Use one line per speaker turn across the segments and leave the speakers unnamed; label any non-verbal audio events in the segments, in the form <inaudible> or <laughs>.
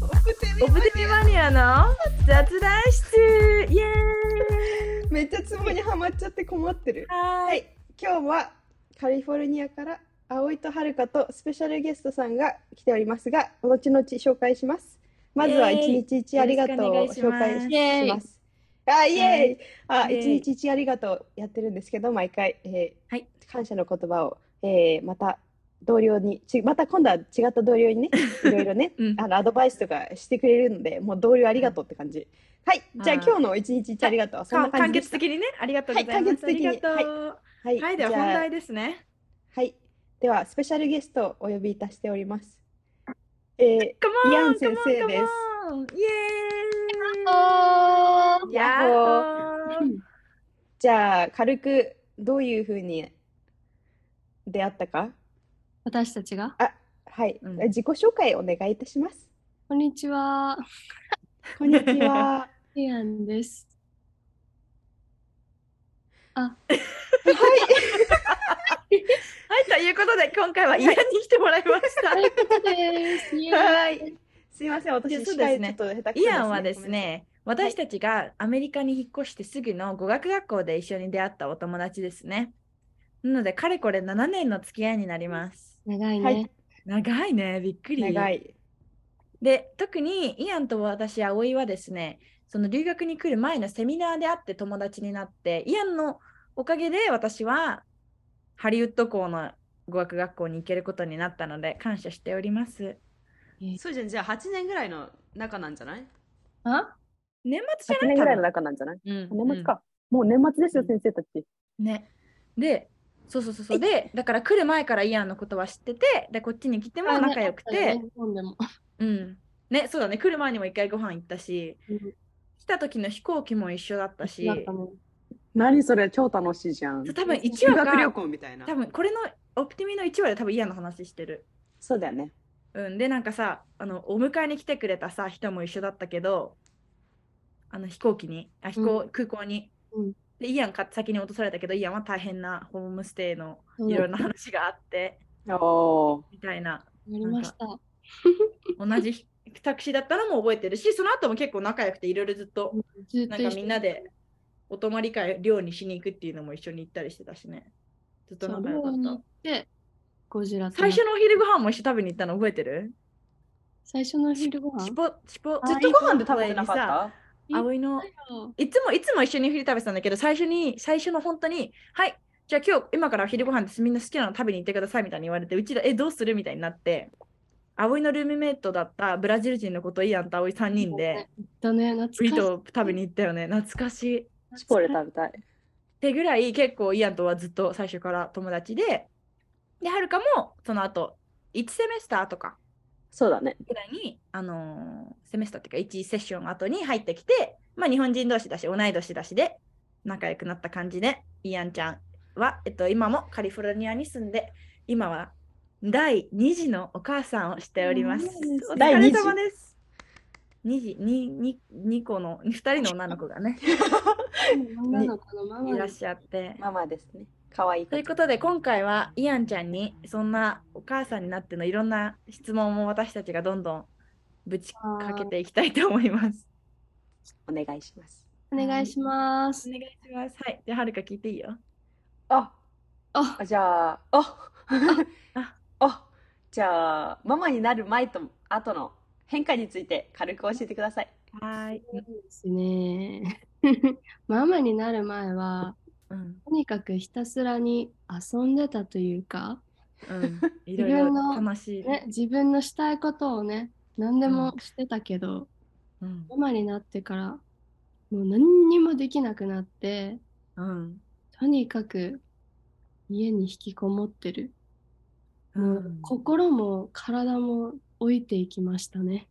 オプティマニアの雑談室イエーイ
めっちゃツボにはまっちゃって困ってる。
は
はい、今日はカリフォルニアから葵とはるかとスペシャルゲストさんが来ておりますが、後々紹介します。まずは
イエー
一
イ
日一ありがとうを紹介し
よろしくお願いし
し
ます
イエーイ
ます。あ、イエーイ。あ、
イエー
一
イ
日一ありがとうやってるんですけど、毎回、えー
はい
感謝の言葉を、えーまた同僚にち、また今度は違った同僚に
<laughs>
ね、いろいろね、
うん
あのアドバイスとかしてくれるので、もう同僚ありがとうって感じ。はい、じゃあ
あー
今日の一日一ありがとうはそんな
か
感
簡
じで
潔
した。
的にねありがとうございます、
はい簡潔的に
ありがとう
はい
はい、では
じゃ
本
あ
題ですね
はい、ではスペシャルゲストをお呼びいたしております。え
カ
ー、イア
モン
ン先生です。
イエ
お
ーイ
ヤ
や
ッホ
っほー
じゃあ軽くどういうふうに出会ったか、
私たちが
はい、
うん
自己紹介お願いいたします。
こんにちは、
こんにちは。
イア
<laughs>
ンです。
はい、
はいということで今回はイアンに来てもらいました、
ということです。イエーイ
はい。すいません、私
いやそ
司
うです
会
ね
ちょっと下手くそ
<laughs> イアンはで
ご
す
めんなさい
ね私たちがアメリカに引っ越してすぐの語学学校で一緒に出会ったお友達ですねなのでかれこれ7年の付き合いになります
長いね。
はい
長いねびっくり
長い。
で特にイアンと私葵はですねその留学に来る前のセミナーで会って友達になってイアンのおかげで私はハリウッド校の語学学校に行けることになったので感謝しております
そうじゃん、じゃあ8年ぐらいの仲なんじゃない
あ
年末じ
8
ゃない
年ぐらいの中なんじゃない
多分うん
年末か。もう年末ですよ、先生たち。
ねでそうそうそうそうでだから来る前からイアンのことは知っててでこっちに来ても仲良くて、
日本でも。
うん。ね、そうだね。来る前にも一回ご飯行ったし、
うん
来た時の飛行機も一緒だったし、
なんかね
何それ、超楽しいじゃん
そう多分1
修
話
学旅
か、
行みたいな。
多分これのオプティミの1話で多分イアンの話してる。
そうだよね。
うん、で、なんかさ、あの、お迎えに来てくれたさ、人も一緒だったけど、あの飛行機に、あ飛行空港に。
うん
で、イアンか先に落とされたけど、イアンは大変なホームステイの
そう
い
や
ろんな話があって、
おー。
みたいな、
りました。
同じ <laughs> ひタクシーだったのも覚えてるし、その後も結構仲良くて、いろいろずっと
ずっと
な
一
ん
緒
かみんなでお泊まり会寮にしに行くっていうのも一緒に行ったりしてたしね。ずっと
そう
仲良か
寮
っ。
に行ったてゴジラと
最初のお昼ご飯も一緒に食べに行ったの覚えてる
最初のお昼ご
し
飯
ぽしぽ
ずっ
とご飯で食べてなかっ
さ
た
た
葵のいつもいつも一緒に昼食べてたんだけど最初に最初の本当にはいじゃあ今日今からお昼ご飯ですみんな好きなの食べに行ってくださいみたいに言われてうちらえどうするみたいになって葵のルームメイトだったブラジル人の子とイアンと葵3人で
行ったね懐か
ブ
しい
リトー食べに行ったよね懐かしい。
チポレ食べたい。
ってぐらい結構イアンとはずっと最初から友達でではるかもその後1セメスターとか
そうだね。
ぐらいに、あのーセメスターっていうか1セッション後に入ってきて、まあ、日本人同士だし同い年だしで仲良くなった感じでイアンちゃんは、えっと、今もカリフォルニアに住んで今は第2児のお母さんをしております
うん。
お疲
第
れ
二児
様です。2児、2、2個の、2人の女の子が
<laughs>
ね、
女の子のママ
いら
で
っしゃって。
ママですね。可愛い
ということで今回はイアンちゃんにそんなお母さんになってのいろんな質問も私たちがどんどんぶちかけていきたいと思います。
お願いします。
お願いします
<laughs> お願いします。はい。じゃあはるか聞いていいよ。
あ、
あ
じゃあ、あ、
あ
あ、じゃあ、ママになる前と後の変化について軽く教えてください。
はい。
そうですね <laughs> ママになる前は
うん。
とにかくひたすらに遊んでたというか、
うん。いろ
ろ
い
い
ろ
ろ
楽しい。
ね、自分のしたいことをね何でも
う
してたけど、
うん。
ママになってからもう何にもできなくなって
うん。
とにかく家に引きこもってる、もう心も体も老いていきましたね。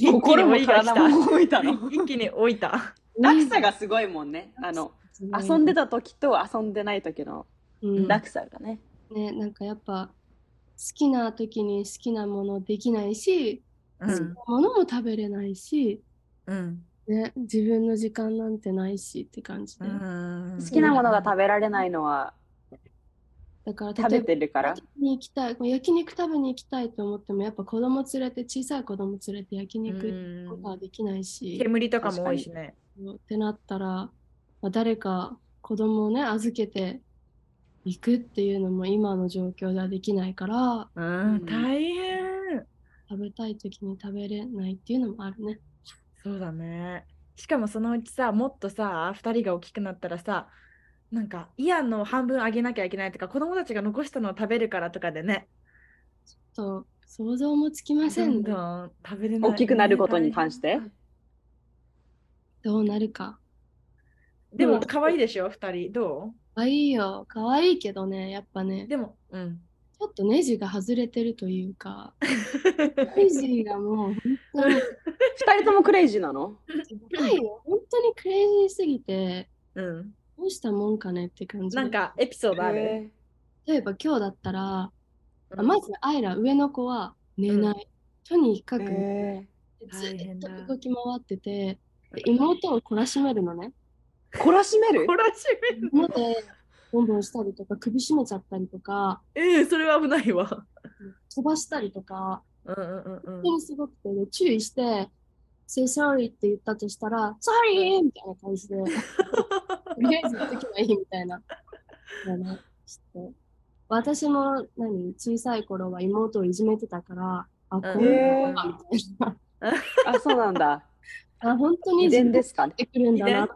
心も
一気に追い返した
体も動いた
<laughs>
の。
一気に置いた。
落差がすごいもんね。あの、遊んで
た、
た時と遊んでない時の
うん
落差がね。
ね、なんかやっぱ好きな時に好きなものできないし、
う。
好きなんものも食べれないし、
うん。
ね、自分の時間なんてないしって感じで、
うん
好きなものが食べられないのは
だから
食
例え
べ
ば
てるから。
に行きたいこう焼肉食べに行きたいと思ってもやっぱ子供連れて小さい子供連れて焼肉行くことはできないし、
煙とかも多いしね。
ってなったら、まあ、誰か子供をね預けて行くっていうのも今の状況ではできないから
うん、大変。
食べたい時に食べれないっていうのもあるね。
そうだね。しかもそのうちさ、もっとさ、2人が大きくなったらさ、なんかイアンの半分あげなきゃいけないとか、子供たちが残したのを食べるからとかでね、
と想像もつきませ
ど
ん
ん
ね
どん食べれない。
大きくなることに関
て。
して。
どうなるか。
でも可愛いでしょ、2人。ど
可愛いよ。可愛いけどね、やっぱね
う、でも、
<laughs>
うん。
ちょっとネジが外れてるという
<laughs>
か、ネジがもう本当に、
二人ともクレイジーなの
高いよ。本当にクレイジーすぎて、
うん、
どうしたもんかねって感じ。
なん、かエピソードある、
へ
例えば今日だったら、
う
あ
ん
まずアイラ、上の子は寝ない。とにか
ー
く、
へ
ず
大変
っ
だ
と動き回ってて、で妹を懲らしめる
<laughs>
のね。
ー懲らしめる
懲らしめる
妹でボンボンしたりとか、首絞めちゃったりとか、
ええそれは危ないわ
飛ばしたりとか、
うんうんうん
本
う
当
ん
にすごくて、ね、注意して、say sorry って言ったとしたら、sorry! みたいな感 <laughs> じで、とりあえず言っとけばいいみたいな。だね、ちょっと私も何小さい頃は妹をいじめてたから、あ、こういうのかみたい <laughs> な。
あ、そうなん <laughs> だ。
あ、本当に
遺
自分
伝
で
ですかね。
てくるんだな。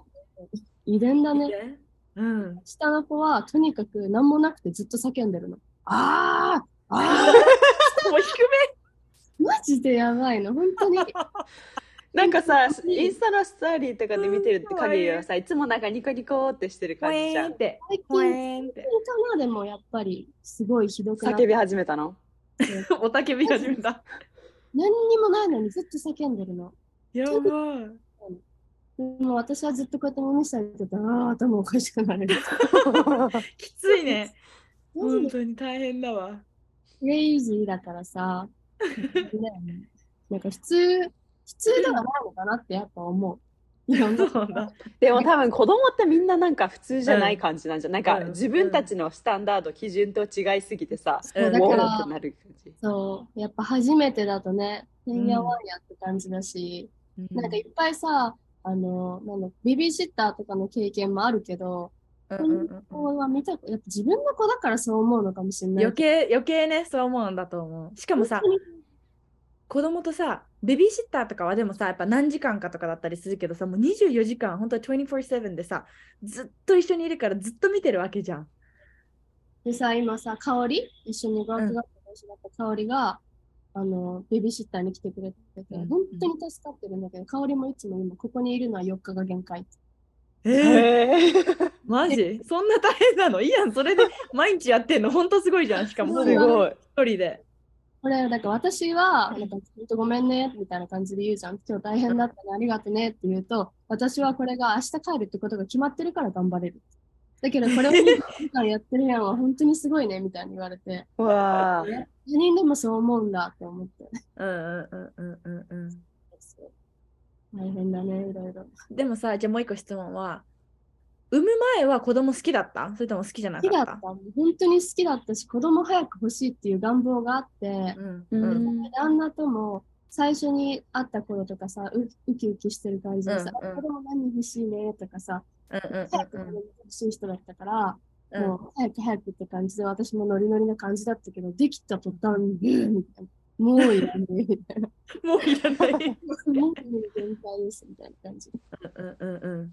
遺伝だね。
うん、
下の子はとにかく何もなくてずっと叫んでるの。あーあ
もう低
ーマジでやばいの。本当に。
なんかさ、インスタのストーリーとかで見てる限りはさ、いつもなんかニコニコってしてる
め
感じじゃん。
て
最
ほ
近
えんって
最近かなでもやっぱりすごいひどくなっ
叫び始めた <laughs> の。
おたけび始めた
何にもないのにずっと叫んでるの。
やばい
でも私はずっとこうやって耳下げてたらあー頭おかしくなる。
きついね
マジ
本
で
当に大変だわ
クレイジーだからさ。なんか普通、普通ではないのかなってやっぱ思う。いろんな
そうだ
でも多分子供ってみんななんか普通じゃない感じなんじゃん、なんか
うん
自分たちのスタンダード、基準と違いすぎてさ、
そうだ
ウ
か
ォ
ら
ーってなる感じ。
そう、やっぱ初めてだとね、てんやわんやって感じだし、なんかいっぱいさ、あの、なんだ、ベビーシッターとかの経験もあるけど、
うんうんうんうん
こうは見た、やっぱ自分の子だからそう思うのかもしれない
余計余計ねそう思うんだと思うしかもさ子供とさベビーシッターとかはでもさやっぱ何時間かとかだったりするけどさもう24時間本当は24/7でさずっと一緒にいるからずっと見てるわけじゃん。
でさ、今さ、香り、一緒にワーク学校で一緒だった香りが、あの、ベビーシッターに来てくれてて、
うん
本当に助かってるんだけど、香りもいつも今、ここにいるのは4日が限界。
えー、
へ <laughs> ー
マジそんな大変なのいいやんそれで毎日やってんの本当すごいじゃんしかも
そう
すごい。
一人で。
これ、なんか私は、なんか、ほんとごめんね、みたいな感じで言うじゃん。今日大変だったね、ありがとねって言うと、私はこれが明日帰るってことが決まってるから頑張れる。だけど、これを2時間やってるやんは本当にすごいね、みたいに言われて、
わあ。
他人でもそう思うんだって思って。
うんうんうんうんうんうん
大変だね、いろいろ。
でもさじゃあもう一個質問は産む前は子供好きだったそれとも好きじゃな
好
か
き
っ
だ
た
った。本当に好きだったし、子供早く欲しいっていう願望があって、
うん
う
うん
ん
旦那とも最初に会った頃とかさ、うウキウキしてる感じでさ、
うんうん
子供何欲しいねとかさ、
うんうん
早く
う
子供
ん
欲しい人だったから、
うん
もう早く早くって感じで、私もノリノリな感じだったけど、できた途端に、うんみたいな。もういらねえ、み
<laughs>
たいな。
<laughs>
もういらない。
もう限界です、みたいな感じ。
うんうんうん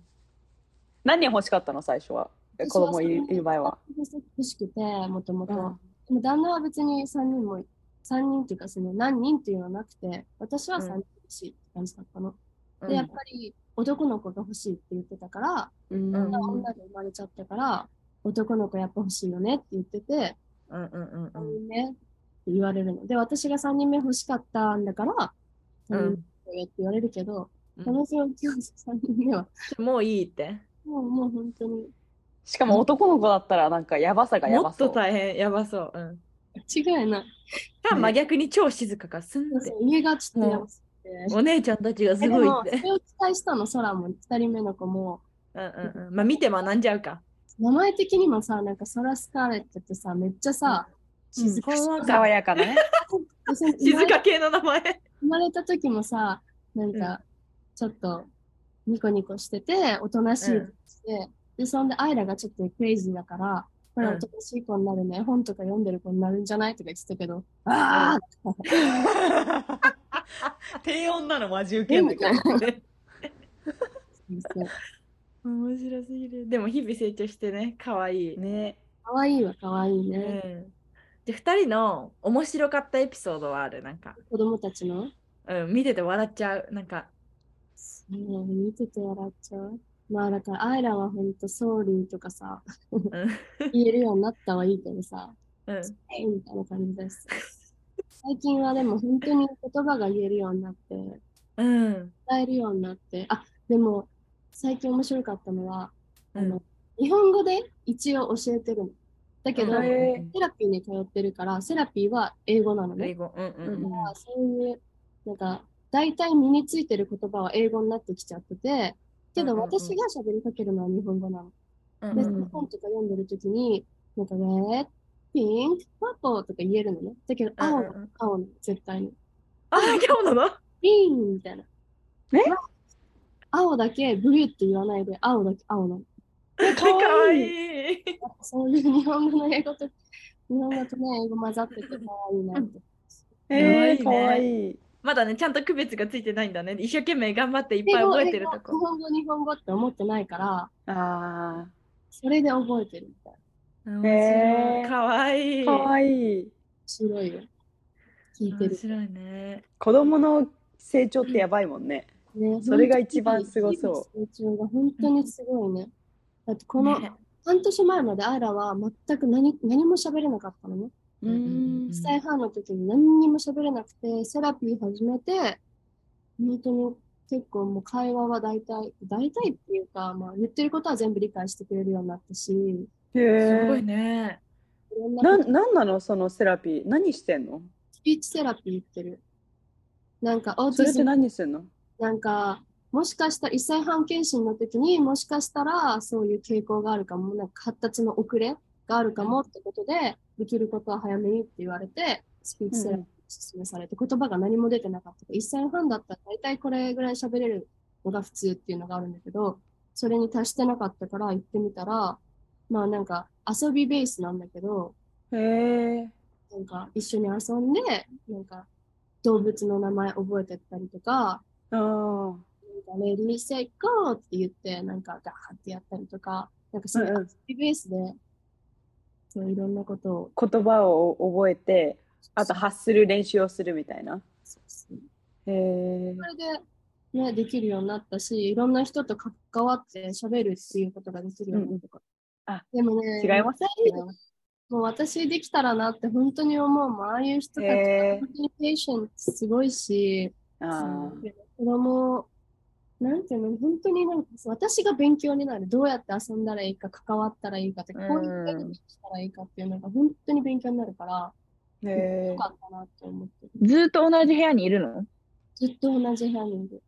何欲しかったの最初は。子供いるいる前は。
欲しくて、もともと。
うん
でも旦那は別に3人も、3人っていうか、その何人っていうのはなくて、私は3人欲しいって感じだったの。
うん
で、やっぱり男の子が欲しいって言ってたから、
うん
うん
女で生まれちゃったから、男の子やっぱ欲しいよねって言ってて、
うんうんうん
3人目って言われるの。で、私が3人目欲しかったんだから、
う
3
ん
人目って言われるけど、
うん
私は今日3人目は、
もういいって。
もうもう本当に
しかも男の子だったらなんかやばさがや
も
ば
っ
そ
と
う。
大変、やばそう。うん。
間違いない。
か、
ね
真逆に超静かか、すんって。
家がちょっとやばすぎて。
お姉ちゃんたちがす
えで
ごいっ
も、そ
て。
れを期待したの、空も、2人目の子も、
うんうんうん。まあ見て学んじゃうか。
名前的にもさ、なんかソラスカーレットってさ、めっちゃさ、
うん
静か
ほんわ
そ
か
う
爽やかなね。
そう生ま
静
れ
か系の名前。
生まれた時もさ、なんか、ちょっとニコニコしてて、おとなしいって、で、そんでアイラがちょっとクレイジーだから、これ
うん
おとなしい子になるね、本とか読んでる子になるんじゃないとか言ってたけど、ああ、
低音なの、マジウ
ケ
ケ
ん
ん
だ
だ
け
け
ど
ど。
面白すぎる。でも日々成長してね、可愛い。
ね。
かわいいはかわいい
うん
ね。。
じゃあ2人の面白かったエピソードはあるなんか、
子供たちの、
うん、見てて笑っちゃう。なんか、
うん見てて笑っちゃう。まあだから、アイラはほんとソーリーとかさ、
うん。
言えるようになったはいいけどさ、
うん、
はいみたいな感じです。最近はでも本当に言葉が言えるようになって、
うん。
伝えるようになって、あでも最近面白かったのは、あ
うん
の日本語で一応教えてるの。だけど、
うん
セ
へ
ラピーに通ってるから、セラピーは英語なの
英
ね。
語。うんうん
う
うんん。
まあそういう、なんか、大体身についてる言葉は英語になってきちゃってて、けど
うんうんうん
私が喋りかけるのは日本語なの。
うん
で、
うんうん
本とか読んでるときに、なんかね、ピンク、パポとか言えるのね。だけど、青
うんうんう
の、青の、絶対に。
あ、今日なの
ピンみたいな。
え
青だけブルーって言わないで、青だけ青なの。
かわいい。
そういう日本語の英語と、日本語とね、英語混ざってて可愛いなって。
えー、
か
か
わ
わ
いい
いい。
まだね、ちゃんと区別がついてないんだね。一生懸命頑張っていっ
英
ぱい
語、
覚え
英
てる
語
と
日
こ。
本語、日本語って思ってないから、
あ
それで覚えてるみたいな。
面白
へ
い。
ー
かわい
あ。
い。
かわいい。
白いよ。聞いて
面
る。
白いね。
子供の成長ってやばいもんね。
ね、
それが一番すごそう
う。成長が本当にすごいね。だってこの
ね
半年前までアイラは全く何何も喋れなかったのね。
うんうんうん
1歳半の時に何にも喋れなくて、セラピー始めて、本当に結構もう会話は大体、大体っていうか、まあ、言ってることは全部理解してくれるようになったし、い
へ
すごい
え。
ね。
ろんな
な
こと
ん、なんなの、そのセラピー、何してんの。
スピーチセラピー言ってる。なんか、オー
そ
ティ
れっ
ズ
て
ム、
何すんの。
なんか、もしかしたら、1歳半検診の時にもしかしたらそういう傾向があるかも、なんか発達の遅れがあるかもってことで、できることは早めにって言われて、スピーチセラピー勧めされて言葉が何も出てなかった1歳半だったら大体これぐらい喋れるのが普通っていうのがあるんだけどそれに達してなかったから行ってみたらまあなんか遊びベースなんだけど
へえ。
なんか一緒に遊んでなんか動物の名前覚えてったりとか
ああ。
なんかレディーセイコーって言ってなんかガーってやったりとかなんかそういううん
うん
遊びベースでそういろんなことを
言葉を覚えて、あと発する練習をするみたいな。へえ。
それで、ね、できるようになったし、いろんな人と関わって喋るっていうことができるようになったから。でもね、
違います
すもう私できたらなって本当に思うもん。ああいう人たち、
へー
本当にペーションすごいし、
ああ。
子供、なんていうの、本当になんか私が勉強になる。どうやって遊んだらいいか、関わったらいいかって、こういうふうにしたらいいかっていうのが本当に勉強になるから、
へ
よ
え。
かったなって思ってる。
ずーっと同じ部屋にいるの
ずっと同じ部屋にいる。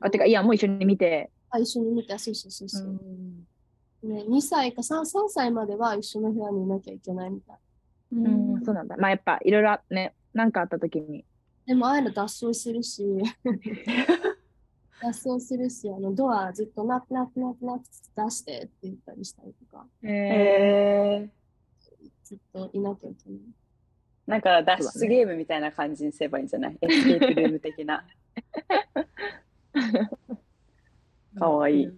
あ、てか、いや、もう一緒に見て。
あ、一緒に見て、あそうそうそうそう。
ん。
ね、2歳か 3, 3歳までは一緒の部屋にいなきゃいけないみたい。
うん、そうなんだ。まあ、やっぱ、いろいろあね、なんかあった時に。
でも、あえる脱走するし、脱走するし、あのドアずっとナップナップナップナップ出してって言ったりしたりとか、
へえ。
へえ。
ずっといなきゃいけない。
なんか脱出ゲームみたいな感じにすればいいんじゃないエスケープルーム的
<laughs>
な。かわいい。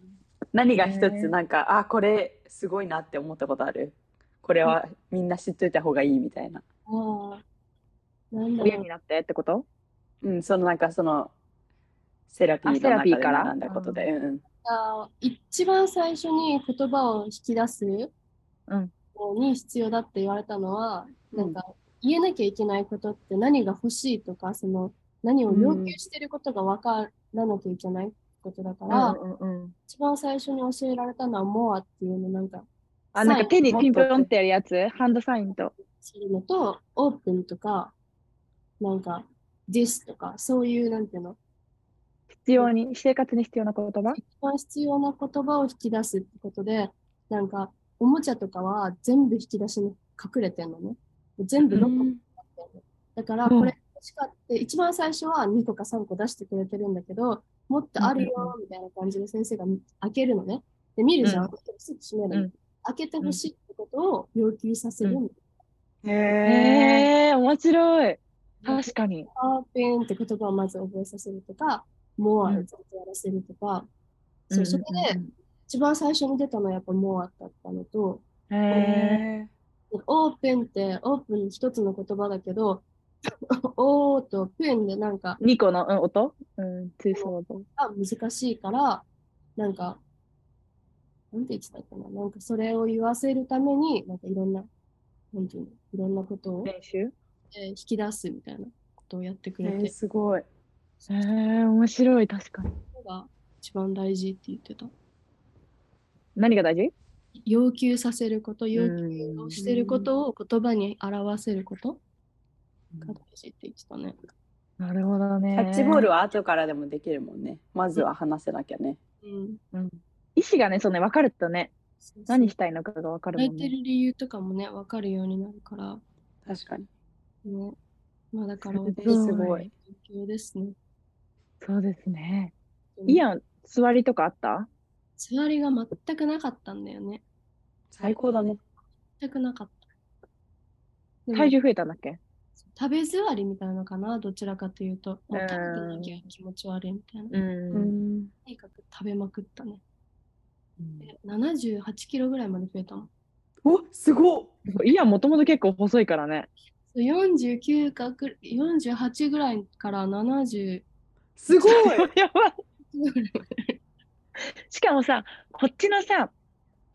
何が一
ね
つなんか、あ、これすごいなって思ったことあるこれはみんな知っといた方がいいみたいな。
ああ、なんだ
親
ろう
に。なってってこと
うん、そのなんかその、セラピーの
あセラ
中
ピ
で
ーから
学んだことで。うん
あー一番最初に言葉を引き出す
うん
のに必要だって言われたのは、なんか言えなきゃいけないことって何が欲しいとか、その何を要求してることが分からなきゃいけないってことだから、
うんうんうん。
一番最初に教えられたのはモアっていうのなんか、
あ、なんか手に
サイン
ピンポンってやるやつハンドサインと。
するのと、オープンとか、なんか、this とか、そういう、なんていうの、
必要に、生活に必要な言葉
一番必要な言葉を引き出すってことで、なんか、おもちゃとかは全部引き出しに隠れてんのね。全部6個
う
も
ん
あってんのだから、これ欲しかった。一番最初は2個か3個出してくれてるんだけど、もっとあるよ、みたいな感じで先生が開けるのね。で、見るじゃん。すぐ閉めるの。
うん
開けてほしいってことを要求させるの。
へえ。
へえ、面白い。確かに。
パーペンって言葉をまず覚えさせるとか、モアを
う
ず
ん
っとやらせるとか、
う
そ
ん
うそれで一番最初に出たのはやっぱモアだったのと、
へえ。
オープンってオープン一つの言葉だけど、 <laughs> オーとペンでなんか
2個の、うん、音うん、ツーソード。
が難しいから、なんか、なんて言ってたっけな、なんかそれを言わせるために、なんかいろんな、なんていうの、いろんなことを
練習
えー引き出すみたいなことをやってくれ
え
て、
すごい。
へえ、面白い。確かに。
それが一番大事って言ってた。
何が大事
要求させること、要求をしてることを言葉に表せることが大事って言ってたね。
なるほどね。
キャッチボールは後からでもできるもんね。まずは話せなきゃね。
うん。
意思がね、そうね、分かるとね、
そうそう
何したいのかが分かる
泣
も
い
ん
て
ね。
る理由とかもね、わかるようになるから、
確かに。
ね。まあ
<laughs>
だから、
す
え
ごい
すごい。
要求ですね。
そうですね。イ
ん。
アン、座りとかあった
座りが全くなかったんだよね。
最高だね。
全くなかった。でも
体重増えたんだっけ
食べ座りみたいなのかな、どちらかというと。もう食べてなきゃ気持ち悪いみたいな。
う。
うんん。
とにかく食べまくったね。で78キロぐらいまで増えたもん。
お、すごっ。
イアンもともと結構細いからね。
49かく48ぐらいから70
す
<laughs>
ごい。
やばい。
ぐらい
しかもさ、こっちのさ、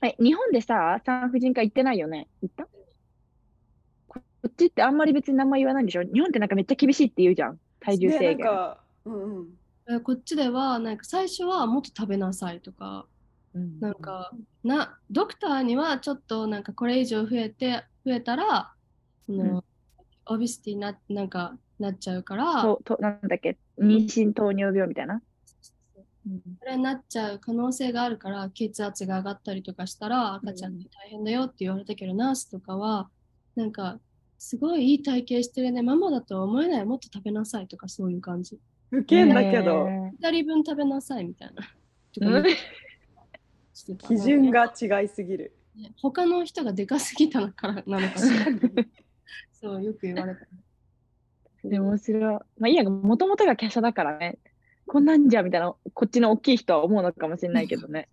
え日本でさ、産婦人科行ってないよね行ったこっちってあんまり別に名前言わないんでしょ日本ってなんかめっちゃ厳しいって言うじゃん。体重制
ね
限。
なんか、うんうん。
えこっちではなんか最初はもっと食べなさいとか
うん
なんかなドクターにはちょっとなんかこれ以上増えて増えたらその、オビシティななんかなっちゃうから
ととなんだっけ妊娠糖尿病みたいな。
それになっちゃう可能性があるから血圧が上がったりとかしたら赤ちゃんって大変だよって言われたけど、ナースとかはなんかすごいいい体型してるねママだとは思えないもっと食べなさいとかそういう感じ
受けんだけど、
2人分食べなさいみたいなと
う
か
ん
してた
基準が違いすぎる。
ね他の人がでかすぎたからなのかし
<laughs>
らそうよく言われた
で面白い。まあ、いや、もともとが華奢だからね。こんなんじゃみたいな、こっちの大きい人は思うのかもしれないけどね。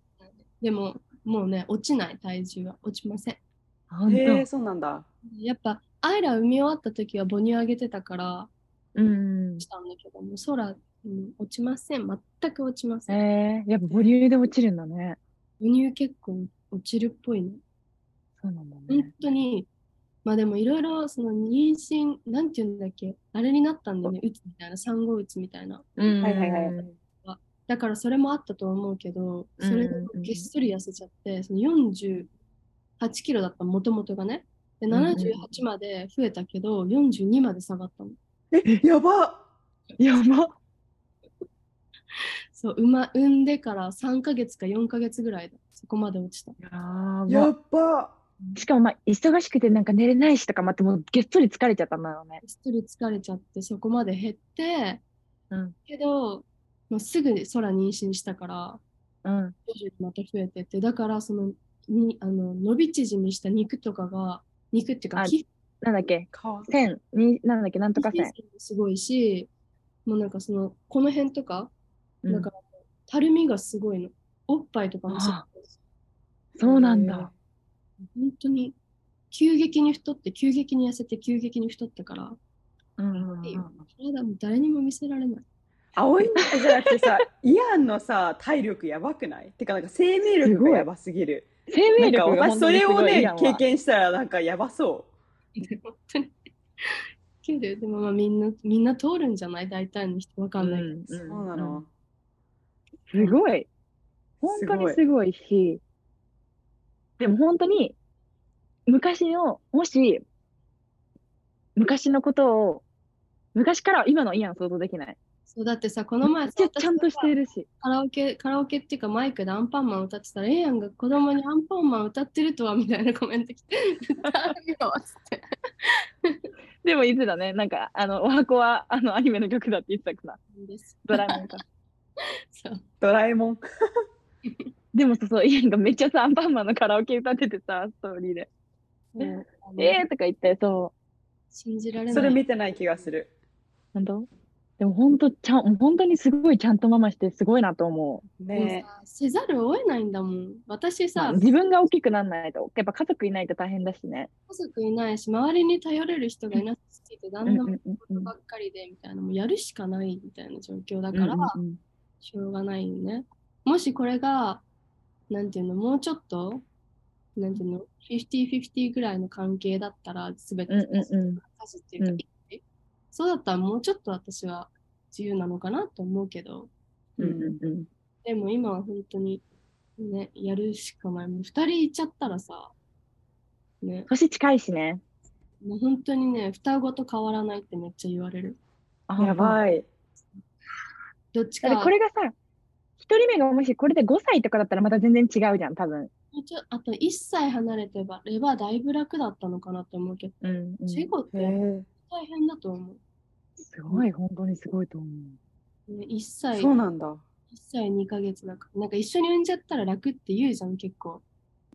でももうね落ちない体重は落ちません
<laughs> 本
<laughs> へえ、そうなんだ。
やっぱアイラ産み終わった時は母乳あげてたから
うん。
したんだけども、空、うん、落ちません。全く落ちません。
えー、やっぱボリュームで落ちるんだね。
母乳結構落ちるっぽいね。
そうなんだ
本
ね。
当に、まあでもいろいろその妊娠、なんていうんだっけ、あれになったんだよね、うつみたいな、産後うつみたいな。
うん
はいはいはい
だからそれもあったと思うけど、それで
うんうん
げっそり痩せちゃって、その48キロだったもともとがね。で、
んうん
78まで増えたけど、42まで下がったの。
え、やば
やば。
そう、産ま産んでから3ヶ月か4ヶ月ぐらいだ。そこまで落ちた。
やっば
しかもまあ忙しくてなんか寝れないしとかまってもうげっそり疲れちゃったんだろうね。
すっとり疲れちゃってそこまで減って、
うん
けどもうすぐ空妊娠したから
うん。
徐々にまた増えてってだからそのにあの伸び縮みした肉とかが肉っていうか
あ
皮
なんだっけ
かわ
線になんだっけなんと
膚
か
も
線。
すごいしもうなんかそのこの辺とか、
うん
なんかたるみがすごいのおっぱいとかもそう
そうなんだ。
本当に急激に太って急激に痩せて急激に太ったから
うんうん
いいよ体も誰にも見せられない
葵のじゃなくて
<laughs>
さ、イアンのさ、体力やばくないてか、なんか生命
す
力
ごい
がやばすぎる。
生
な
命
んか
力が
私
本当
そ
に
れ
す
を
ごいイ
ね
アン、は
経験したらなんかやばそ
本当に。けど、でもまあみんな、みんな通るんじゃない大体の人わかんないけど。
う。そうなの。
すごい。本当にすごいし、でも本当に、昔の、もし、昔のことを、昔から今のイアン想像できない。
そうだってさ、この前さ、
ちゃちゃんとしているし。
カラオケ、カラオケっていうかマイクでアンパンマン歌ってたら、ええやんが子供にアンパンマン歌ってるとはみたいなコメント来て、 <laughs> 歌うよっつって。
でもいつだね、なんか、あの、お箱は、あの、アニメの曲だって言ってたくな。
です
ドラえもんか。
そう
ドラえもん。
でもそうそう、イエンがめっちゃさ、アンパンマンのカラオケ歌っててさ、ストーリーで。
もう
えーとか言って、そ
信じられない。
それ見てない気がする。
う。本当でも本当、ちゃん、もう本当にすごいちゃんとママして、すごいなと思う。
ね
もうさせざるを得ないんだもん。私
まあ
さ、
自分が大きくならないと、やっぱ家族いないと大変だしね。
家族いないし、周りに頼れる人がいなくて、
う
旦
んうん
那も
うん
ことばっかりでみたいな、もうやるしかないみたいな状況だ
う
か
ん。
ら、
うんうん
しょうがないよね。もしこれが、なんていうの、もうちょっと、なんていうの、50-50ぐらいの関係だったら、すべて
うんうんうん
家事っていうか、
うん
そうだったらもうちょっと私は自由なのかなと思うけど、
うんうんうん。
でも今は本当に、ね、やるしかない。もう2人いちゃったらさ、ね、
年近いしね。
もう本当にね、双子と変わらないってめっちゃ言われる。
あ
やばい。
どっちか
だってこれがさ、一人目がもしこれで5歳とかだったらまた全然違うじゃん、多分。
もうちょあと1歳離れてばればだいぶ楽だったのかなって思うけど、
うん、うん。
チェ
す
ゴって
へえ
大変だと思
ごい、本当にすごいと思う。
う。ね、1歳、
そう
1
なんだ。
歳2ヶ月だから、なんか一緒に産んじゃったら楽って言うじゃん、結構。
うん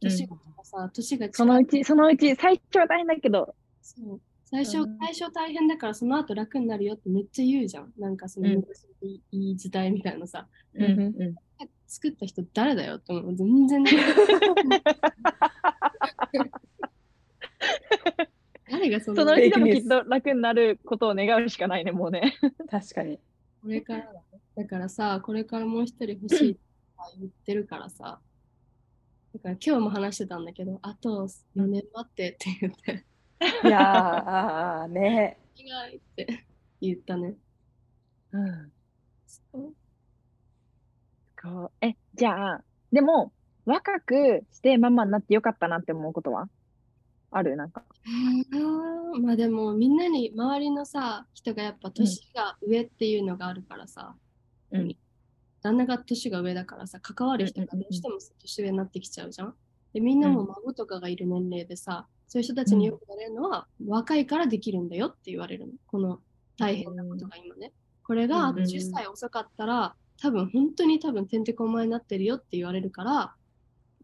年がさ、年が近い
そのうち、そのうち、最初は大変だけど、
そう最初、
うん
最初大変だからその後楽になるよってめっちゃ言うじゃん。なんかその、
うん
昔のいいい時代みたいなさ。
うんうんうん。
作った人誰だよって思う。全
<laughs>
然ね。誰がそ
そ
の
のうちでもきっと楽になることを願うしかないね、もうね。
確かに。
これからだねだからさ、これからもう一人欲しいって言ってるからさ。だから今日も話してたんだけど、あと4年待ってって言って、
いやー、あーね
お願いって言ったね。
うん。こうえ、じゃあ、でも、若くしてママになってよかったなって思うことはあるなんか。
あーまあでもみんなに周りのさ人がやっぱ年が上っていうのがあるからさ、
うん
旦那が年が上だからさ関わる人がどうしても年上になってきちゃうじゃん。でみんなも孫とかがいる年齢でさそういう人たちによく言われるのは、若いからできるんだよって言われるのこの大変なことが今ね。これがあ
う
と
ん
10歳遅かったら多分本当に多分てんてこまになってるよって言われるから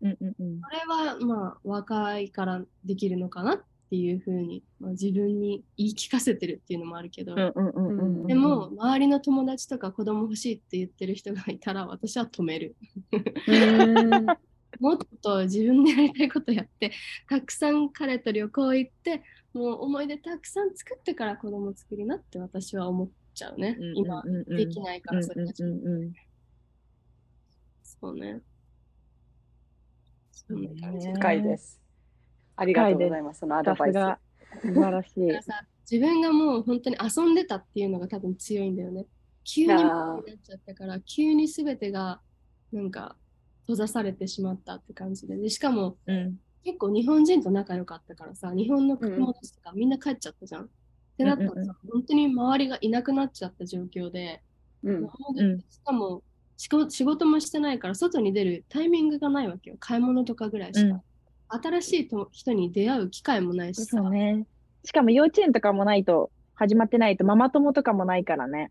うんうんうん。
これはまあ若いからできるのかなっていうふうに、まあ、自分に言い聞かせてるっていうのもあるけど、
うんうんうんうんうん。
でも、周りの友達とか子供欲しいって言ってる人がいたら私は止
<laughs>
める。
ー。
もっと自分でやりたいことやってたくさん彼と旅行行ってもう思い出たくさん作ってから子供作りなって私は思っちゃうね。今
うんうんうん、
できないから
うん
それはち
う
ょっと
んうんうん。
そうね。そんな感じ。
ね
深いです。ありがとうございます。そのアド
さ
バイ
す
ス。
が、素晴らしい
だか。らさ自分がもう本当に遊んでたっていうのが多分強いんだよね。急に
あー
無理になっちゃったから、急に全てがなんか閉ざされてしまったって感じで、でしかも
うん。
結構日本人と仲良かったからさ、日本の
うん
友達とかみんな帰っちゃったじゃん。ってなったらさ、
うんうん
本当に周りがいなくなっちゃった状況で、
うん。
うん
しかもしこ仕事もしてないから外に出るタイミングがないわけよ。買い物とかぐらいしか。新しいと人に出会う機会もないしさ。
そうね。しかも幼稚園とかもないと、始まってないと、ママ友とかもないからね。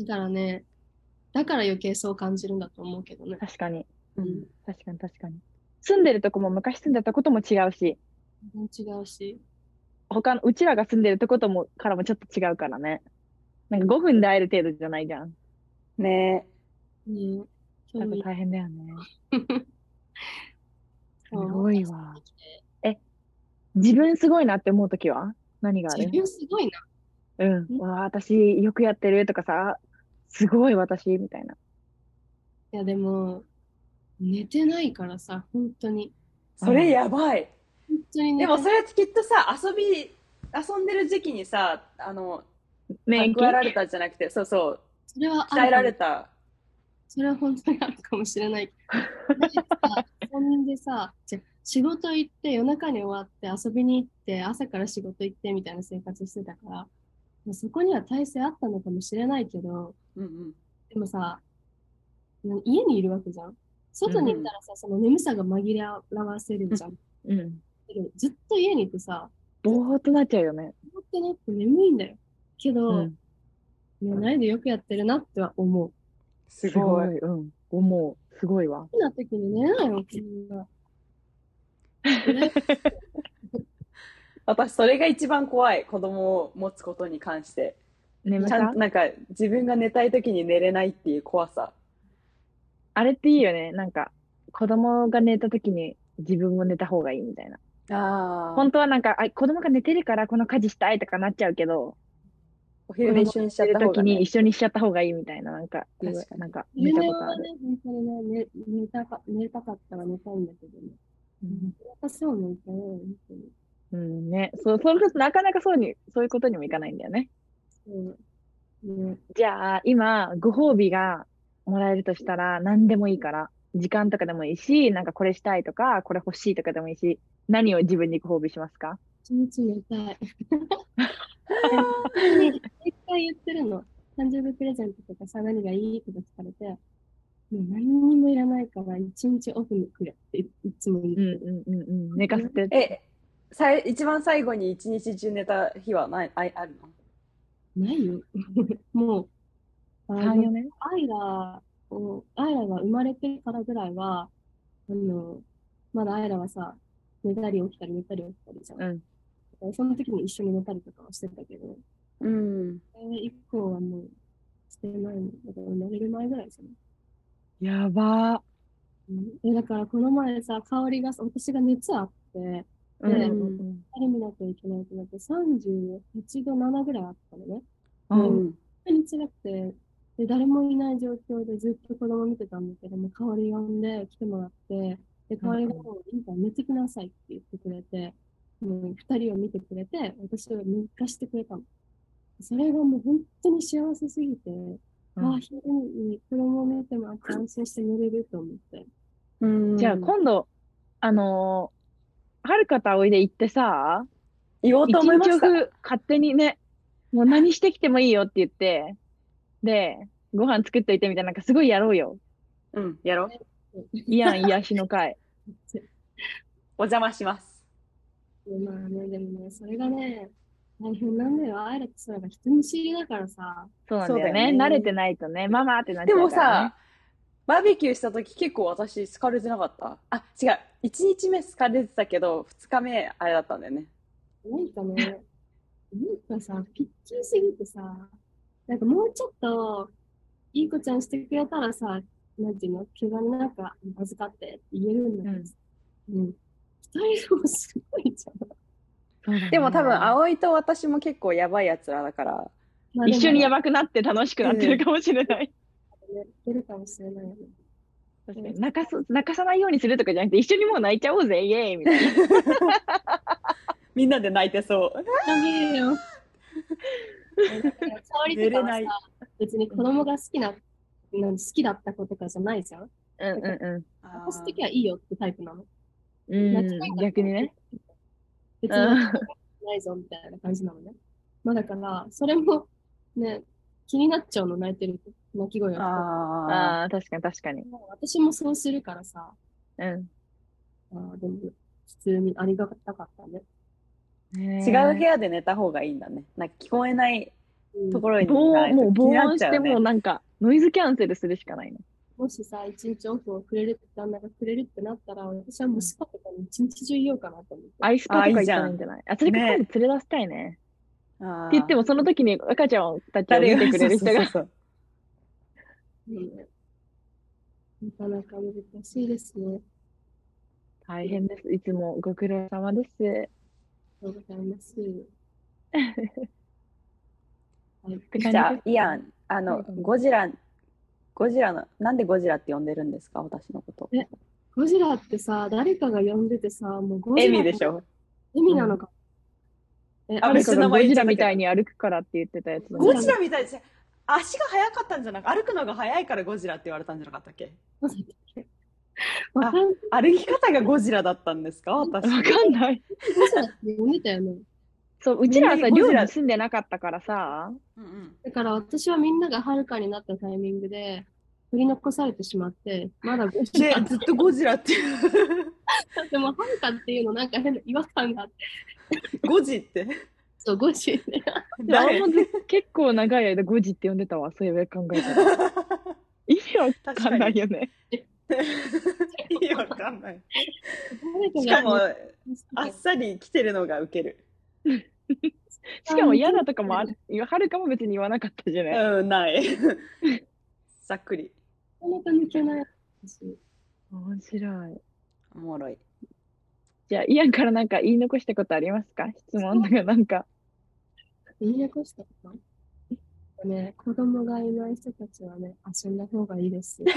だからね、だから余計そう感じるんだと思うけどね。
確かに。
うん
確かに確かに。住んでるとこも昔住んでたことも違うし、
全然違うし。
他の、うちらが住んでるとことも、からもちょっと違うからね。なんか5分で会える程度じゃないじゃん。
ね
ねえ、
やっ
興味
ぱ大変だよね。す
そう
ごいわ。自分すごいなって思うときは何があ
自
る
分すごいな。
うん。わあ、私よくやってるとかさ、すごい私みたいな。
いや、でも、寝てないからさ、本当に。
それやばい。
本当に
で
寝て
も
ない
それきっとさ、遊び、遊んでる時期にさ、あの、
免
蓄えら
疫
れたじゃなくて、そうそう、
それはあるかも
鍛えられた。
それは本当にあるかもしれないけど。なんかさ遊んでさ、じゃ仕事行って夜中に終わって遊びに行って朝から仕事行ってみたいな生活してたから、まあそこには体制あったのかもしれないけど、
うんうん。
でもさ、な家にいるわけじゃん。外にいたらさ、その眠さが紛れ合わせるじゃん。
うん。
だけどずっと家にいてさ、
ぼーっとなっちゃうよね。
思ってなくて眠いんだよ。けど、
うん
寝ないでよくやってるなっては思う。
す
すご
ごい。
い。うん。思う。すごいわ。
好きな時に寝ないよ、君
<laughs>
が。
私それが一番怖い子供を持つことに関して
眠
ちゃ
さ
んなんか自分が寝たい時に寝れないっていう怖さ
あれっていいよね。なんか、子供が寝た時に自分も寝た方がいいみたいな。
あ
本当はなんか、あ、子供が寝てるからこの家事したいとかなっちゃうけど、
お昼寝一緒にしちゃっ
寝
た
る
方
時
が、
に
ね、
一緒にしちゃった方がいいみたいな、なんか、
確か
なんか見
夢
たことあ
は
る。
ね、本当にね、寝寝たか寝たかったら寝たいんだけどね。
うん
やっぱそうもいかないよ、本当に。
うんね。そう、それこそなかなかそうに、そういうことにもいかないんだよね。
うん。ね、
じゃあ、今、ご褒美がもらえるとしたら、何でもいいから、時間とかでもいいし、なんかこれしたいとか、これ欲しいとかでもいいし、何を自分にご褒美しますか
一日寝たい。 <laughs> 一回言ってるの。誕生日プレゼントとかさ、何がいいとか聞かれて、もう何にもいらないから一日オフにくれっていいつも言っ
う
て
ん
る。
うんうんうん。寝かせて。
えさい一番最後に一日中寝た日はないああるの
ないよ。 <laughs> もう、あ
3、4年
アイラを、アイラが生まれてからぐらいは、あの、まだアイラはさ、寝たり起きたり寝たり起きたりじゃん。
うん
その時に一緒に寝たりとかはしてたけど、
うん
それ以降はもう、してないの。だから生まれる前ぐらいですね。
やば
うんえだからこの前さ、香りが、私が熱あって、
ー。
ね
うん
誰見なきゃいけないってなって、38度7ぐらいあったのね。
うん
う
うん。
ん
本当に違くて、で、誰もいない状況でずっと子供見てたんだけども、香り呼んで来てもらって、で、香りがもう、いいから寝てきなさいって言ってくれて、もう二人を見てくれて、私を抜かしてくれたの。それがもう本当に幸せすぎて、
うん
ああ、昼に子供を見てもらって安心して寝れると思って。
うん
じゃあ、今度、あのー、はるかとあおいで行ってさ、
言おう
一
と思いま
日オ
した
フ勝手にね、もう何してきてもいいよって言って、で、ご飯作っといてみたいな、なんかすごいやろうよ。
うんやろう
いやん、癒し
<laughs>
の会。
お邪魔します
まあね、でもね、それがね、大変なんだよ。あえらってそれが人見知りだからさ、
そうなんだよ
そうだ
ね。
よね
慣れてないとね、ママってなっち
で
ゃ
も
うからね
さ、バーベキューした時結構私好かれてなかったあ違う1日目好かれてたけど2日目あれだったんだよね
なんか <laughs> ね、なんかさ、ピッキーすぎてさ、なんかもうちょっと、いい子ちゃんしてくれたらさ、なんていうの、怪我のなんか預かってって言えるんだけどさ、うん。二人ともすごいじゃん。
そうだね
でも多分葵と私も結構やばいやつらだから
<laughs> まあ
一緒にや
ば
ばくなって楽しくなってるかもしれない。
い。出るかもしれないよね。
確かに泣かす泣かさないようにするとかじゃなくて、一緒にもう泣いちゃおうぜ、イエーイみたいな。
みんなで泣いてそう
ダメ <laughs> よ。だから香りとかは
寝れない
さ、別に子供が好きな、なん好きだった子とかじゃないじゃん。
うんうん
あ
こうするときはいいよってタイプなの。
うん。
泣きたい
うんん、
だったら
逆にね。。
別に
うん
ないぞみたいな感じなのね。まあだから、それもね、気になっちゃうの、泣いてると泣き声が聞こ
ああ
ああー、確かに確かに
え。て。もう私もそうするからさ、
うん。
あーでも普通にありがたかったね。
違う部屋で寝た方がいいんだねなんか聞こえない
うん
ところに行か
防
な
音もう
いと気になっ
防音
ちゃう
して
よ
もう
ね
なんかノイズキャンセルするしかないね。
もしさ、一日オフをくれるって旦那がくれるってなったら、私はもうスパとかに一日中いようかなと思って。
アイスパーとか行ったらいいんじゃないあ、それか今度連れ出したいね。
あ
っ
ー
て言ってもその時に赤ちゃんたちを
誰
見
が
てくれる人が。
そうそう
うんなかなか難しいですね。
大変です。いつもご苦労様です。
ありがとうございます。はい、
そう
<laughs>
じゃあイアンあのゴジラゴジラのなんでゴジラって呼んでるんですか私のこと
ゴジラってさ、誰かが呼んでてさ、もうゴ
エ
ジラ
ミでしょ
エミなのか。
あ
え、あ
誰
れ
別
か
の
が
名
ゴ
前言
ジ
っちゃ
ラ
ったけど
みたいに歩くからって言ってたやつだね
ゴ
ゴ
ジ
ジラみたいです足が速かったんじゃなく歩くのが速いからゴジラって言われたんじゃなかったっけ
<laughs> わかんない。
歩き方がゴジラだったんですか私
わかんない。
ゴジラって呼んでたよね。
そう、うちらはさ、
みんなゴ
寮
ジラ
に住んでなかったからさ、
うんうん。
だから私はみんながはるかになったタイミングで取り残されてしまって、まだゴジ
で
ラ、
ずっとゴジラっていう。
<laughs>
でもはるかっていうのなんか変な違和感があって、
ゴジって。
そう、ゴジラ、
であ
誰
んまず結構長い間5時って呼んでたわ、そういえば考えたら。 <laughs> 意味わかんないよね。
<laughs> 意味わかんない。
誰かが
しかも、あっさり来てるのがウケる。
しかも嫌だとかもある、はるかも別に言わなかったじゃない。
うん、 <laughs> ない。ざっくり。
なかなか抜けないし。
面白い。
おもろい。
じゃあ、イアンからなんか言い残したことありますか質問とかなんか。
言い訳したことね、子供がいない人たちはね、遊んだ方がいいです
<laughs>
よ。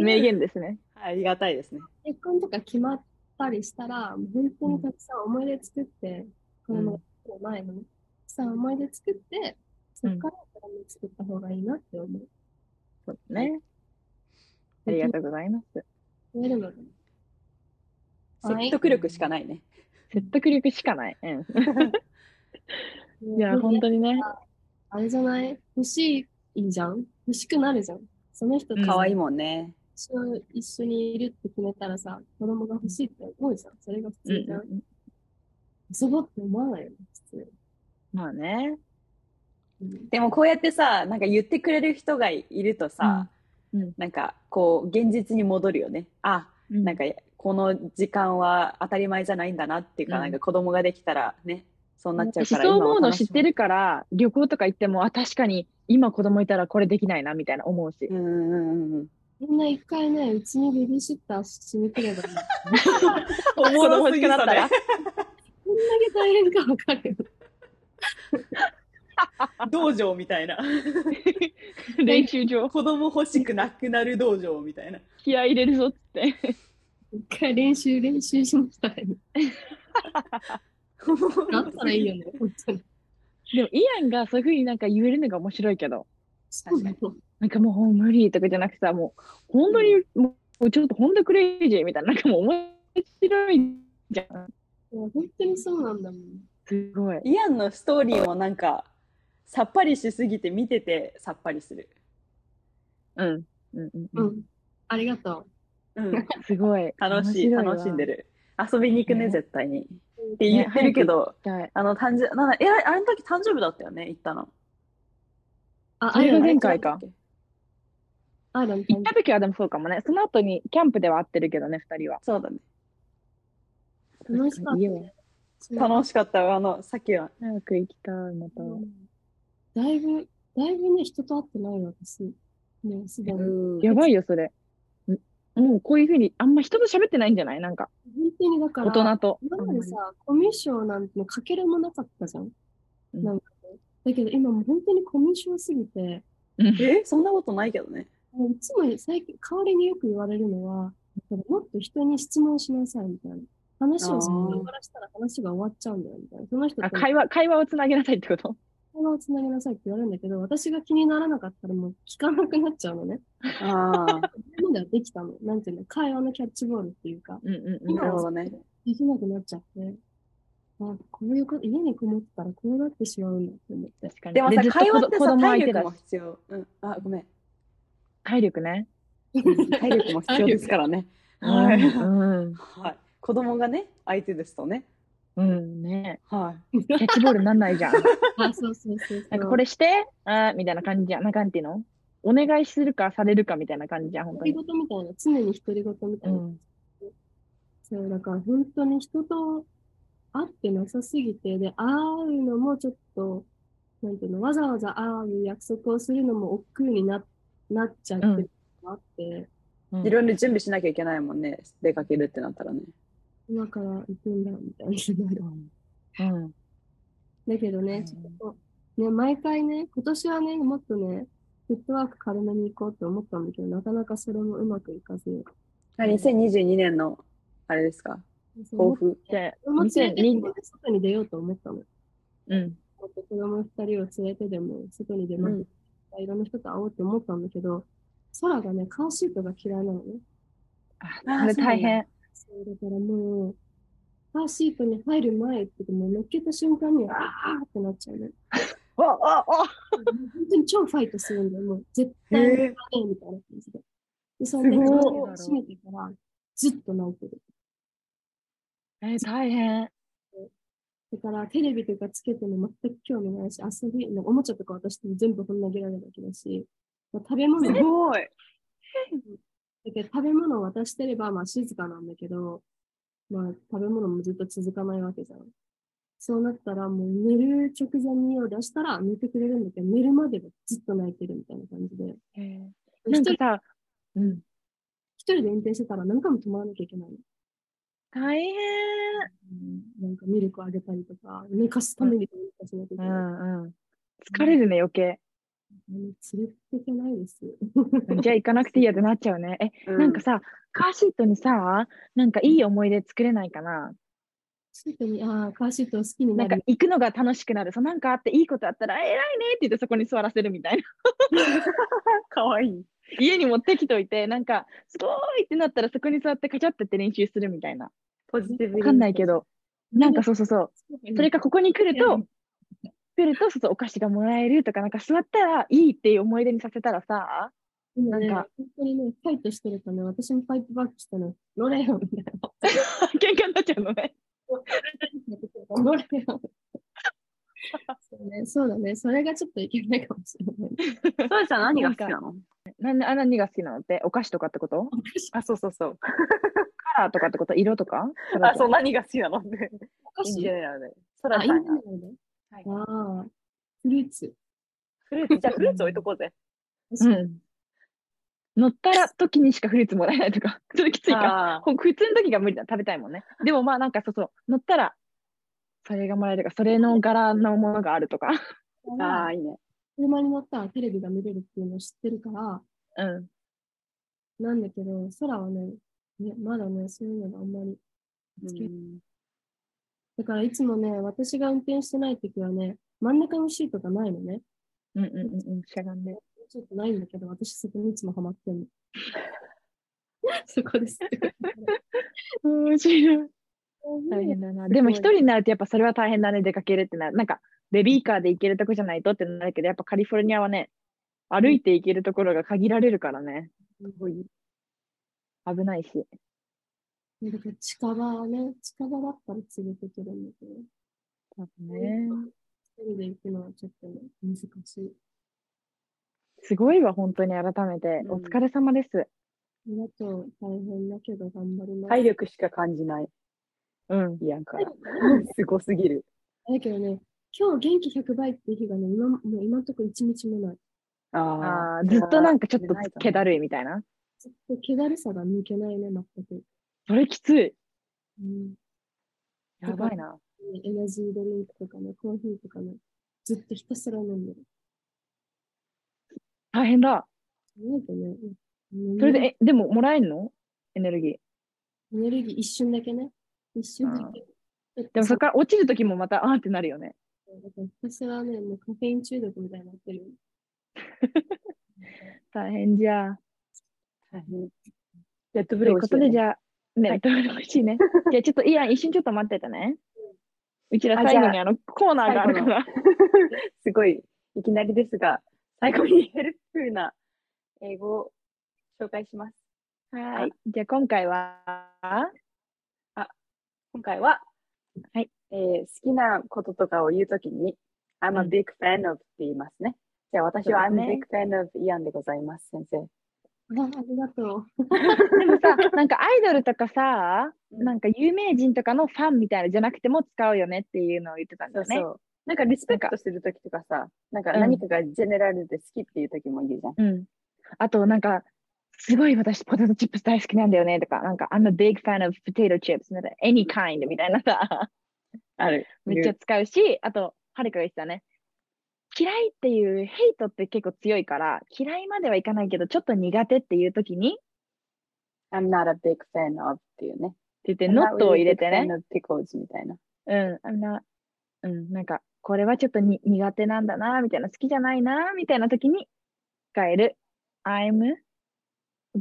名言ですね。
ありがたいですね。
結婚とか決まったりしたら、もう本当にたくさん思い出作って、子供が来る前のね、たくさん思い出作って、そこから子供作った方がいいなって思う。
そうね。ありがとうございます。
増えるので。
説得力しかない <laughs> ね。
説得力しかない。うん。いや、本当にね。
あれじゃない欲しいじゃん欲しくなるじゃん。その人と
可愛いもんね。
一緒一緒にいるって決めたらさ、子供が欲しいって思うじゃん。それが普
う
通じゃん。
ん。
遊ぼうって思わないよね、普通。
まあね。
うん
でもこうやってさ、なんか言ってくれる人がいるとさ、
うんうん
なんかこう現実に戻るよね。あ、な
な
んかこの時間は当たり前じゃないんだなっていうか、
うん
なんか子供ができたらね、そうなっちゃう
私
から。
そう
今を
思うの
楽し
知
む
って。るから旅行とか行ってもあ確かに今子供いたらこれできないなみたいな思うし
うんうんうんうん。
みんな一回ね、うちにベビーシッターしに来ればいい。
<laughs> おもろすぎたね。
こんだけ大変かわかるよ。
道場みたいな。
<laughs> 練習場
子供欲しくなくなる道場みたいな。
気合い入れるぞっつって
一回練習、練習しましたね。あったらいいよね、本当に。
でもイアンがそういうふうになんか言えるのが面白いけど
そうだよ
なんかもう無理とかじゃなくてさもう本当にもうちょっと本当クレイジーみたいななんかもう面白いじゃん
いや本当にそうなんだもん。
すごい
イアンのストーリーもなんか、さっぱりしすぎて見ててさっぱりする。
うんうんうん
う
うん
ん。ありがと
うん、
すごい
楽しい、楽しんで
る
る。遊びに行くね、
ね
絶対に。っ
う。
て言ってるけど、
はい
あの、誕生、なんだ、え、あれの時誕生日だったよね、行ったの。
あ、
それが
アイロン
前回か
アイロン
行った時はでもそうかもねその後にキャンプでは会ってるけどね二人は
そうだね。
楽しかった
家は
楽しかったわ、あの、さっきは。
早く行きたいまた、
うんだいぶ、だいぶね、人と会ってないわ私。ね、すでに。本
やばいよ、それ。んもうこういうふうに、あんま人と喋ってないんじゃないなんか、
当にだか
大
ら、
人と。
今までさ、コミュ障なんてのかけらもなかったじゃん。
うん
なんかねだけど今もう本当にコミュ障すぎて、
え、そんなことないけどね。
もういつも最近、代わりによく言われるのは、だからもっと人に質問しなさいみたいな。話をそこに終わらせたら話が終わっちゃうんだよみたいな。その人
あ
と
会話、会話をつなげなさいってこと
会話をつなげなさいって言われるんだけど、私が気にならなかったらもう聞かなくなっちゃうのね。
ああ、
今まではできたの。なんていうの、会話のキャッチボールっていうか、
うんうん
なるほどね。
できなくなっちゃって。あ、こういうこと、家にこもったらこうなってしまうんだって思って。
確か
<laughs>
に。
でもさ、
ずと
会話って
子
さ、
供
体
相手
力
だし
も必要。うん、あ、ごめん。
体力ね。
<laughs> 体力も必要ですからね。はい。
うん。
はい。子供がね、相手ですとね。
うん、ね
はい。
キャッチボールになんない <laughs> じゃん。
あ、そうそうそうそう。
<laughs> なんかこれして、あーみたいな感じじゃん。なんかなんていうのお願いするかされるかみたいな感じじゃん、本当
独り
に。
言みたいな、常に独り言みた
う
いな。
ん。
そう、だから本当に人と会ってなさすぎて、で、会うのもちょっと、なんていうの、わざわざ会う約束をするのも億劫にななっちゃってるのがあって、
うん
いろいろ準備しなきゃいけないもんね。出かけるってなったらね。
今から行くんだ、みたいな。 <laughs>
うん。
だけど
う
ね、
ん
ちょっと、ね、毎回ね、今年はね、もっとね、フットワーク軽めに行こうって思ったんだけど、なかなかそれもうまくいかず、
あ2022年の、あれですか、抱負。
で、
子供連れてで
2002
もね外に出ようと思ったの。
うん。
もっと子供二人を連れてでも外に出ます、いろんな人と会おうって思ったんだけど、空がね、カーシートが嫌いなのね。
あ、それ大変。
そうだからもう、パーシートに入る前っていうかもう乗っけた瞬間に、あーってなっちゃうね。
おおお
本当に超ファイトするんだよ、もう絶対に勝てんみたいな感じで。で、そんで、
すごい
口を閉めてから、ずっと泣いてる。
えー大変。
だから、テレビとかつけても全く興味ないし、遊び、なんかおもちゃとか渡しても全部ほん投げられるだけだし、まあ、食べ物
す
も、
ごい。
だけど食べ物を渡してれば、まあ静かなんだけど、まあ食べ物もずっと続かないわけじゃん。そうなったら、もう寝る直前に家を出したら寝てくれるんだけど、寝るまではずっと泣いてるみたいな感じで。
えー
一
なん
人
かさ、うん、
一人で運転してたら何回も止まらなきゃいけないの。
大変。
うんなんかミルクあげたりとか、寝かすためにどうにかしなきゃいけ
う
ない。
んうん。疲れるね、余計。
あの連れていけないです。
じゃあ行かなくていいやってなっちゃうね。え、なんかさ、カーシートにさ、なんかいい思い出作れないかな。
シートに、ああ、カーシートを好きに
な
なん
か
る。
行くのが楽しくなる。そうなんかあっていいことあったら、え偉いねって言ってそこに座らせるみたいな。
かわいい。
家に持ってきといて、なんかすごいってなったらそこに座ってカチャってって練習するみたいな。
ポジティブ
わかんないけど、なんかそうそうそう。それかここに来る
う
と、来るとそうそうお菓子がもらえるとか、なんか座ったらいいっていう思い出にさせたらさ、 <laughs>
今ね、
なん
本
か
当にね、ファイトしてるとね、私もファイトバックしたの、乗れよみたいな。
喧嘩になっちゃうのね。
乗れよ。そうね、そうだね、それがちょっといけないかもしれない。
そうでした何が好きなの
なんであ何が好きなのってお菓子とかってこと
あ、そうそうそう。
カラーとかってこと色とか
あ、そう、何が好きなのって。
お菓
イン
子
ジェネラルで。そら
あ、
ち
いい
ゃ
ん
ん
じ
が
ゃないの
はい
ああ、フルーツ。
フルーツ、じゃあフルーツ置いとこうぜ。
うん。乗ったら時にしかフルーツもらえないとか、 <laughs> それきついか。
あ
ほん普通の時が無理だ、食べたいもんね。でもまあなんかそうそう、乗ったら、それがもらえるとか、それの柄のものがあるとか。
ーあー、いいね。
車に乗ったらテレビが見れるっていうのを知ってるから、
うん。
なんだけど、空はね、ねまだね、そういうのがあんまり。
うん
だからいつもね、私が運転してない時はね、真ん中のシートがないのね。
うんうんうんうん、しゃがんで。
ちょっとないんだけど、私そこにいつもハマってん <laughs> の。そこ <laughs> です。
<laughs> 面白い。大変
そ
だな。でも一人になるとやっぱそれは大変だね、出かけるってなる。なんか、ベビーカーで行けるとこじゃないとってなるけど、やっぱカリフォルニアはね、歩いて行けるところが限られるからね。危ないし。
うだから近場はね、近場だったら連れてくるんだけど、
多分ね。
一人で行くのはちょっとね、難しい。
すごいわ、本当に改めて。
うん
お疲れ様です。
だと大変だけど頑張ります。
体力しか感じない。
うん。
いやんから。すごすぎる。
だけどね、今日元気100倍っていう日がね、今もう今んとこ一日もない。
あ
あーずっとなんかちょっと気だるいみたいな。
ずっと気だるさが抜けないね、全く。
それきつい。
うん、
やばいな。
エナジードリンクとかね、コーヒーとかね、ずっとひたすら飲んでる。
大変だ。
なんかね、うん
それで、え、でももらえんのエネルギー。
エネルギー一瞬だけね。一瞬だけ。
でもそこから落ちるときもまた、あーってなるよね。
だからひたすらね、もうカフェイン中毒みたいになってるよ。
大変じゃあ。
あ。レッドブ
と
ル
いう
美味
こ
しいよ
と
ね
で、じゃあ、ね、どれも欲し
<laughs>
いね。じゃあちょっと、イアン、一瞬ちょっと待っててね。うちら最後にあの、コーナーがあるから。
すごい、いきなりですが、最後にヘルプフルな英語を紹介します。
はい。じゃあ今回は、
今回は、
はい
えー好きなこととかを言うときに、I'm a
うん
big fan of って言いますね。じゃあ私は
そ
I'm
うで
a
す
big
ね
fan of イアンでございます、先生。
あありがとう。
で
<laughs>
もさ、なんかアイドルとかさ、
うん
なんか有名人とかのファンみたいなじゃなくても使うよねっていうのを言ってたんだ
そ
よ
う
ね。
そう。なんかリスペクトしてるときとかさ、なんか
うん
何かがジェネラルで好きっていうときも言うじゃん。
うん。あと、なんか、すごい私、ポテトチップス大好きなんだよねとか、なんか、I'm a big fan of potato chips, not any kind みたいなさ、
ある。
めっちゃ使うし、あと、はるかが言ってたね。嫌いっていう、ヘイトって結構強いから、嫌いまではいかないけど、ちょっと苦手っていう時に、
I'm not a big fan of っていうね。
って言って、ノットを入れて
I'm
ね。
not really a big fan of pickles みたいな。
うん、あんな、うん、なんか、これはちょっとに苦手なんだな、みたいな、好きじゃないな、みたいな時に使える。I'm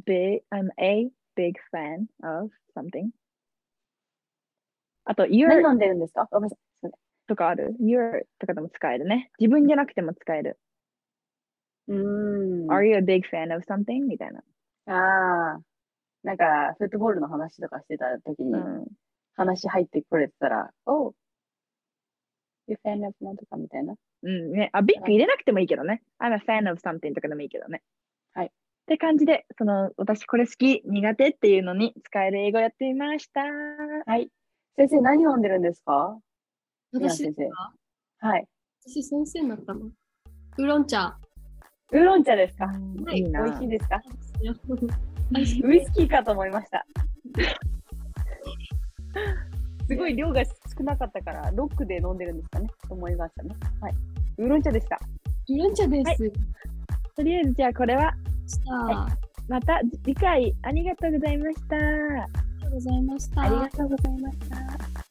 big, I'm a big fan of something. あと、
何
your
飲んでるんですかごめんなさい。すいま
とかある ?your とかでも使えるね。自分じゃなくても使える。
せんうーん。
Are you a big fan of something? みたいな。
ああ。なんか、フットボールの話とかしてた時に
う、ん。
話入ってこれてたら、Oh, you fan of なんとかみたいな。
うんね、あ、ビッグ入れなくてもいいけどね。I'm a fan of something とかでもいいけどね。
はい
って感じで、その、私これ好き、苦手っていうのに使える英語やってみました。
先生、何飲んでるんですかリアン
私
先生。はい。
私先生になったの。ウーロン茶。
ウーロン茶ですか
は
い
い
い
美
な。
味しいですか
美味しい
ウイスキーかと思いました。 <laughs> すごい量が少なかったから、ロックで飲んでるんですかねと思いましたね。はい。ウーロン茶でした。
ウーロン茶です。で
とりあえず、じゃあこれは、
した。
は
あ
また次回ありがとうございました。
りがとうございました。
ありがとうございました。